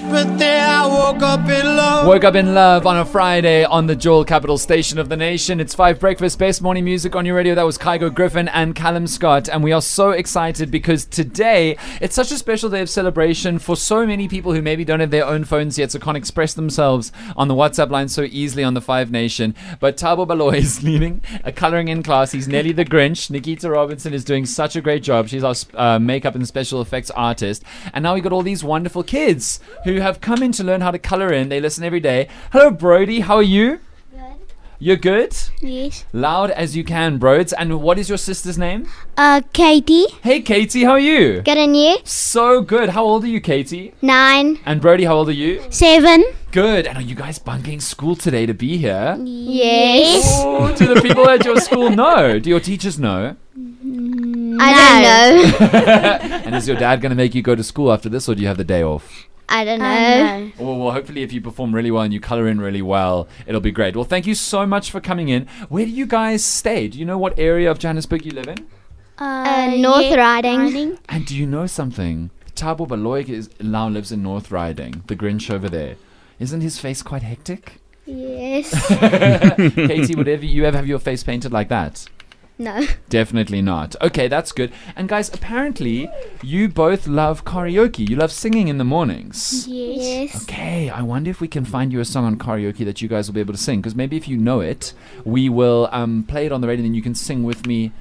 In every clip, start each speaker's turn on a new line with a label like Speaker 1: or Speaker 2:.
Speaker 1: But then I woke up in love.
Speaker 2: Woke up in love on a Friday on the Jewel Capital Station of the Nation. It's five breakfast, best morning music on your radio. That was Kygo Griffin and Callum Scott. And we are so excited because today it's such a special day of celebration for so many people who maybe don't have their own phones yet, so can't express themselves on the WhatsApp line so easily on the Five Nation. But Tabo Baloy is leading a coloring in class. He's Nelly the Grinch. Nikita Robinson is doing such a great job. She's our uh, makeup and special effects artist. And now we got all these wonderful kids who have come in to learn how to color in. They listen every day. Hello, Brody. How are you? You're good?
Speaker 3: Yes.
Speaker 2: Loud as you can, Brods. And what is your sister's name?
Speaker 3: Uh, Katie,
Speaker 2: Hey, Katie, how are you?
Speaker 3: good on you.
Speaker 2: So good. How old are you, Katie?
Speaker 3: Nine,
Speaker 2: And Brody, how old are you?
Speaker 3: seven.
Speaker 2: Good. And are you guys bunking school today to be here?
Speaker 3: Yes.
Speaker 2: Oh, do the people at your school know? Do your teachers know?
Speaker 3: I don't know.
Speaker 2: And is your dad going to make you go to school after this, or do you have the day off?
Speaker 3: I don't know. Uh,
Speaker 2: Well, Oh, well, hopefully, if you perform really well and you color in really well, it'll be great. Well, thank you so much for coming in. Where do you guys stay? Do you know what area of Johannesburg you live in?
Speaker 3: Uh, North Riding.
Speaker 2: And do you know something? Tabo Baloy is now lives in North Riding, the Grinch over there. Isn't his face quite hectic?
Speaker 3: Yes.
Speaker 2: Katie, would ever you ever have your face painted like that?
Speaker 3: no.
Speaker 2: Definitely not. Okay, that's good. And guys, apparently you both love karaoke. You love singing in the mornings.
Speaker 3: Yes.
Speaker 2: Okay, I wonder if we can find you a song on karaoke that you guys will be able to sing. Because maybe if you know it, we will um, play it on the radio, and then you can sing with me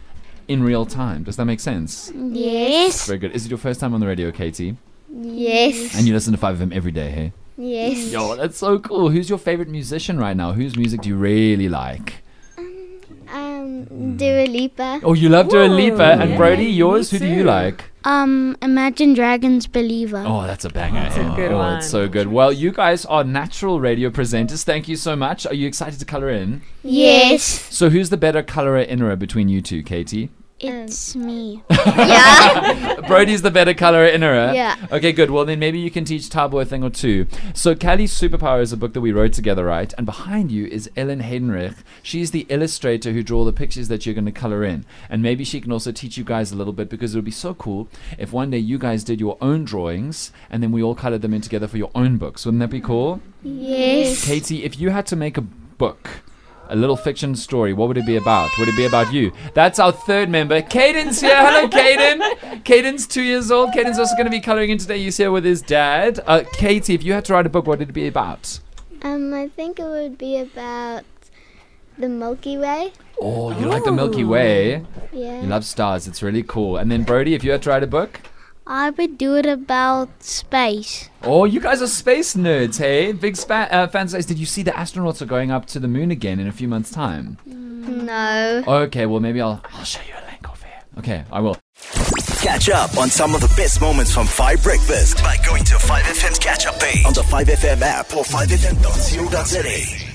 Speaker 2: in real time. Does that make sense?
Speaker 3: Mm. Yes.
Speaker 2: Very good. Is it your first time on the radio, Katie?
Speaker 3: Yes.
Speaker 2: And you listen to Five of them every day, hey?
Speaker 3: Yes.
Speaker 2: Yo, that's so cool. Who's your favorite musician right now? Whose music do you really like? Mm.
Speaker 3: Um, Dua Lipa.
Speaker 2: Oh, you love Dua Lipa and Brody. Yours, who do you like?
Speaker 3: Um, Imagine Dragons Believer.
Speaker 2: Oh, that's a banger. That's
Speaker 4: a good
Speaker 2: oh,
Speaker 4: one.
Speaker 2: it's so good. Well, you guys are natural radio presenters. Thank you so much. Are you excited to color in?
Speaker 3: Yes.
Speaker 2: So who's the better colorer innerer between you two, Katie?
Speaker 3: It's me.
Speaker 2: Brody's the better colorer innerer.
Speaker 3: Yeah.
Speaker 2: Okay, good. Well, then maybe you can teach Tabo a thing or two. So Callie's Superpower is a book that we wrote together, right? And behind you is Ellen Heidenreich. She's the illustrator who draw the pictures that you're going to color in. And maybe she can also teach you guys a little bit because it would be so cool if one day you guys did your own drawings and then we all colored them in together for your own books. Wouldn't that be cool?
Speaker 3: Yes.
Speaker 2: Katie, if you had to make a book, a little fiction story, what would it be about? Would it be about you? That's our third member, Caden's here. Hello, Caden. Caden's two years old. Caden's also going to be coloring in today. He's here with his dad. Uh, Katie, if you had to write a book, what would it be about?
Speaker 3: Um, I think it would be about the Milky Way.
Speaker 2: Oh, you like the Milky Way.
Speaker 3: Yeah.
Speaker 2: You love stars. It's really cool. And then, Brody, if you had to write a book?
Speaker 3: I would do it about space.
Speaker 2: Oh, you guys are space nerds, hey? Big spa- uh, fan space. Did you see the astronauts are going up to the moon again in a few months' time?
Speaker 3: No.
Speaker 2: Okay, well, maybe I'll, I'll show you a link over here. Okay, I will.
Speaker 5: Catch up on some of the best moments from Five Breakfast by going to 5FM's catch up page on the 5FM app or 5FM.co.za.